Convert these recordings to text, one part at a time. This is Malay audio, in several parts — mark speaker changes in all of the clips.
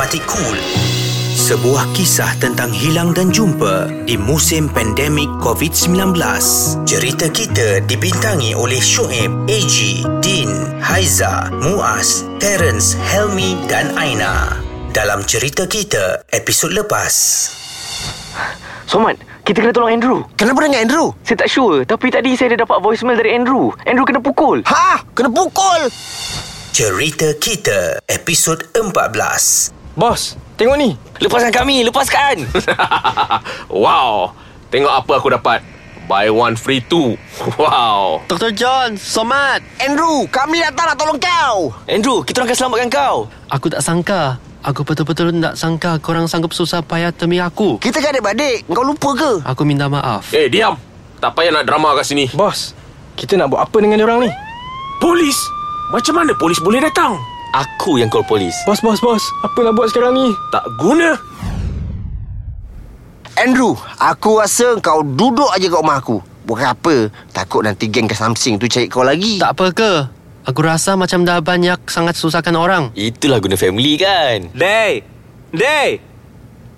Speaker 1: Hati Cool. Sebuah kisah tentang hilang dan jumpa di musim pandemik COVID-19. Cerita kita dibintangi oleh Shoaib, AG, Din, Haiza, Muaz, Terence, Helmi dan Aina. Dalam cerita kita, episod lepas.
Speaker 2: Somat, kita kena tolong Andrew.
Speaker 3: Kenapa dengan Andrew?
Speaker 2: Saya tak sure, tapi tadi saya ada dapat voicemail dari Andrew. Andrew kena pukul.
Speaker 3: Ha? Kena pukul!
Speaker 1: Cerita kita, episod 14.
Speaker 4: Bos, tengok ni.
Speaker 5: Lepaskan kami, lepaskan.
Speaker 4: wow. Tengok apa aku dapat. Buy one free two. Wow.
Speaker 6: Dr. John, Somat.
Speaker 3: Andrew, kami datang nak tolong kau!
Speaker 5: Andrew, kita orang akan selamatkan kau.
Speaker 6: Aku tak sangka. Aku betul-betul tak sangka korang sanggup susah payah demi aku.
Speaker 3: Kita kan adik-beradik, kau lupa ke?
Speaker 6: Aku minta maaf.
Speaker 4: Eh, diam. Tak payah nak drama kat sini.
Speaker 7: Bos, kita nak buat apa dengan orang ni?
Speaker 4: Polis. Macam mana polis boleh datang?
Speaker 5: Aku yang call polis.
Speaker 7: Bos, bos, bos. Apa nak buat sekarang ni?
Speaker 4: Tak guna.
Speaker 3: Andrew, aku rasa kau duduk aja kat rumah aku. Bukan apa, takut nanti geng ke Samsing tu cari kau lagi.
Speaker 6: Tak apa ke? Aku rasa macam dah banyak sangat susahkan orang.
Speaker 5: Itulah guna family kan.
Speaker 8: Dey, Dey,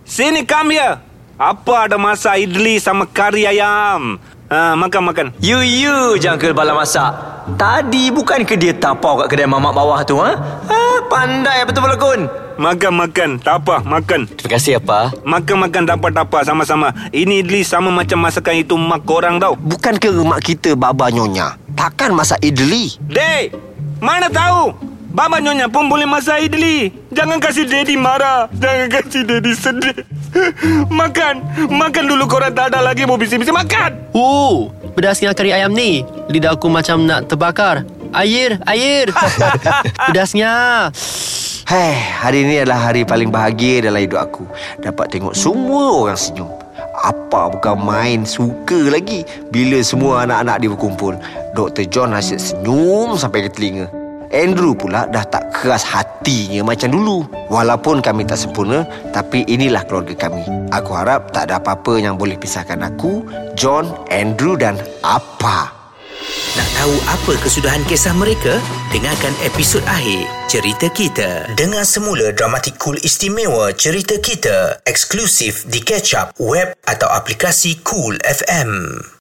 Speaker 8: sini come here. Apa ada masa idli sama kari ayam? Ha, makan makan.
Speaker 9: You you jangkal bala masak. Tadi bukan ke dia tapau kat kedai mamak bawah tu ha? Ha pandai betul pelakon.
Speaker 8: Makan makan. Tak apa, makan.
Speaker 5: Terima kasih apa.
Speaker 8: Makan makan tak apa tak apa sama-sama. Ini idli sama macam masakan itu mak korang tau.
Speaker 3: Bukan ke mak kita baba nyonya? Takkan masak idli?
Speaker 8: Dey, mana tahu? Baba Nyonya pun boleh masak idli. Jangan kasih Daddy marah. Jangan kasih Daddy sedih. makan. Makan dulu korang tak ada lagi mau bising-bising. Makan.
Speaker 6: Oh, pedas dengan kari ayam ni. Lidah aku macam nak terbakar. Air, air. Pedasnya.
Speaker 3: Hei, hari ni adalah hari paling bahagia dalam hidup aku. Dapat tengok semua orang senyum. Apa bukan main suka lagi bila semua anak-anak dia berkumpul. Dr. John asyik senyum sampai ke telinga. Andrew pula dah tak keras hatinya macam dulu. Walaupun kami tak sempurna, tapi inilah keluarga kami. Aku harap tak ada apa-apa yang boleh pisahkan aku, John, Andrew dan Apa.
Speaker 1: Nak tahu apa kesudahan kisah mereka? Dengarkan episod akhir Cerita Kita. Dengar semula dramatik cool istimewa Cerita Kita eksklusif di Catch Up web atau aplikasi Cool FM.